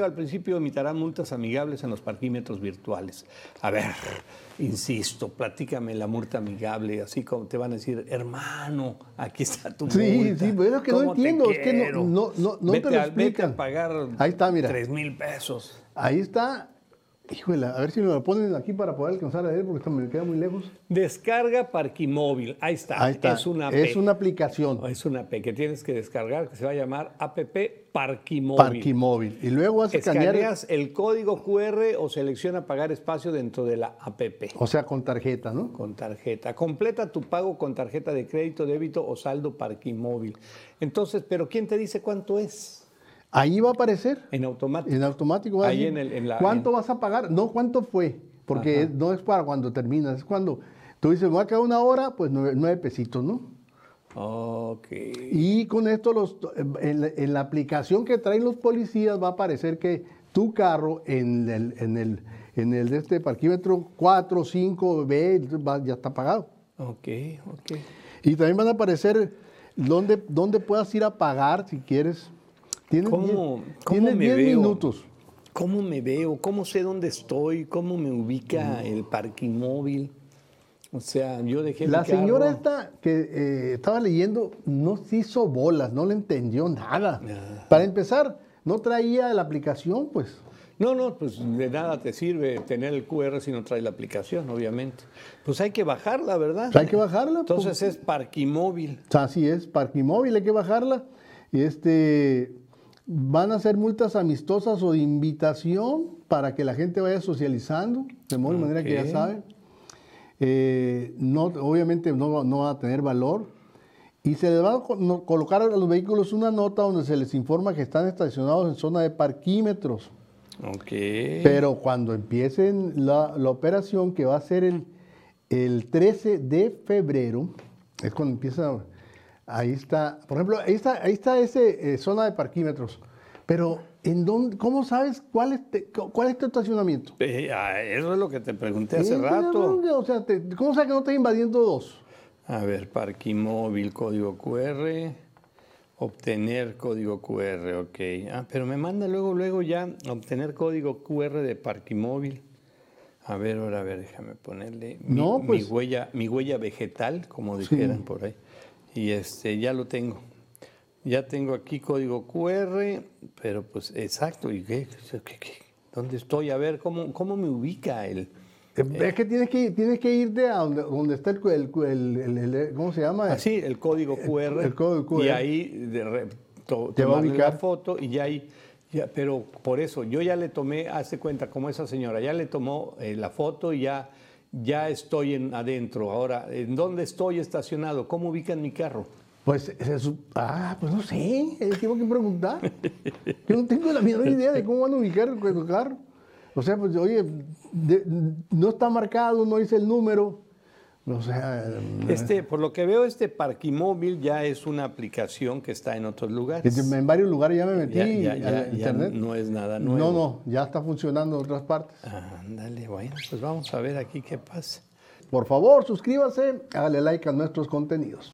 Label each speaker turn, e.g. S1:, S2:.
S1: al principio emitirán multas amigables en los parquímetros virtuales. A ver, insisto, platícame la multa amigable, así como te van a decir, hermano, aquí está tu
S2: Sí,
S1: multa.
S2: sí, pero es que no
S1: ¿Cómo te
S2: entiendo, es que
S1: quiero?
S2: no, no, no, no
S1: Vete
S2: te lo
S1: a- vete
S2: explican.
S1: a pagar
S2: Ahí está, mira.
S1: tres mil pesos.
S2: Ahí está. Híjole, a ver si me lo ponen aquí para poder alcanzar a él porque esto me queda muy lejos.
S1: Descarga Parquimóvil, ahí está,
S2: Ahí está.
S1: es una app.
S2: Es una aplicación.
S1: Es una app que tienes que descargar, que se va a llamar app Parquimóvil.
S2: Parquimóvil. Y luego vas a escanear,
S1: Escaneas el código QR o selecciona pagar espacio dentro de la app.
S2: o sea, con tarjeta, ¿no?
S1: Con tarjeta. Completa tu pago con tarjeta de crédito, débito o saldo parquimóvil. Entonces, ¿pero quién te dice cuánto es?
S2: Ahí va a aparecer.
S1: En automático.
S2: En automático va a
S1: Ahí
S2: decir,
S1: en el- en la-
S2: ¿Cuánto
S1: en-
S2: vas a pagar? No, ¿cuánto fue? Porque es- no es para cuando terminas, es cuando tú dices, voy a quedar una hora, pues nueve, nueve pesitos, ¿no?
S1: Ok.
S2: Y con esto, los, en, la- en la aplicación que traen los policías va a aparecer que tu carro en el, en el, en el de este parquímetro 4, 5, B, va- ya está pagado.
S1: Ok, ok.
S2: Y también van a aparecer dónde, dónde puedas ir a pagar si quieres. Tienes
S1: ¿Cómo-
S2: diez-
S1: cómo
S2: tienes
S1: me
S2: 10
S1: veo?
S2: minutos.
S1: ¿Cómo me veo? ¿Cómo sé dónde estoy? ¿Cómo me ubica el parquimóvil? O sea, yo dejé mi
S2: La señora
S1: carro.
S2: esta que eh, estaba leyendo no se hizo bolas, no le entendió nada.
S1: Ah.
S2: Para empezar, no traía la aplicación, pues.
S1: No, no, pues de nada te sirve tener el QR si no traes la aplicación, obviamente. Pues hay que bajarla, ¿verdad?
S2: O sea, hay que bajarla.
S1: Entonces es parquimóvil.
S2: pues. Así es, Parquimóvil, hay que bajarla. Y este, van a ser multas amistosas o de invitación para que la gente vaya socializando, de modo y manera que ya
S1: Ok.
S2: saben. Eh, no, obviamente no, no va a tener valor. Y se les va a co- no- colocar a los vehículos una nota donde se les informa que están estacionados en zona de parquímetros.
S1: Ok.
S2: Pero cuando empiecen la, la operación, que va a ser el, el 13 de febrero, es cuando empieza, ahí está, por ejemplo, ahí está, ahí está ese eh, zona de parquímetros. Pero, ¿en dónde, ¿cómo sabes cuál es, te- cu- cuál es tu estacionamiento?
S1: Eh, ah, eso es lo que te pregunté hace
S2: Eh,
S1: rato.
S2: O sea, te- ¿cómo sabes que no estás invadiendo dos?
S1: A ver, parquimóvil, código QR, obtener código QR, ok. Ah, pero me manda luego, luego ya obtener código QR de parquimóvil. A ver, ahora, a ver, déjame ponerle mi,
S2: No,
S1: mi
S2: pues.
S1: huella, mi huella vegetal, como dijeran por ahí. Y este, ya lo tengo. Ya tengo aquí código QR, pero pues exacto. ¿Y qué, qué- qué- dónde estoy? A ver, ¿cómo, cómo me ubica el...?
S2: Eh, Es que tienes que, tienes que irte a donde, donde está el, cu- el cu- el- el- el- ¿cómo se llama?
S1: Así, el código QR.
S2: el código QR.
S1: Y ahí de re- to-
S2: Te va a
S1: tomarle
S2: ubicar.
S1: la foto y ya ahí. ya- pero por eso, yo ya le tomé, hace cuenta, como esa señora, ya le tomó eh, la foto y ya, ya estoy en, adentro. Ahora, ¿en dónde estoy estacionado? ¿Cómo ubican mi carro?
S2: Pues, se su- ah, pues no sé, eh, tengo que preguntar. Yo no tengo la menor idea de cómo van a ubicar el el carro. O sea, pues, oye, de- no está marcado, no dice el número. O sea,
S1: Este, por lo que veo, este parquimóvil ya es una aplicación que está en otros lugares.
S2: este, en varios lugares ya me metí
S1: Ya- ya-
S2: a
S1: ya-
S2: la
S1: ya
S2: internet.
S1: no es nada nuevo.
S2: No, no, ya está funcionando en otras partes.
S1: Ándale, bueno, pues vamos a ver aquí qué pasa.
S2: Por favor, suscríbase, dale like a nuestros contenidos.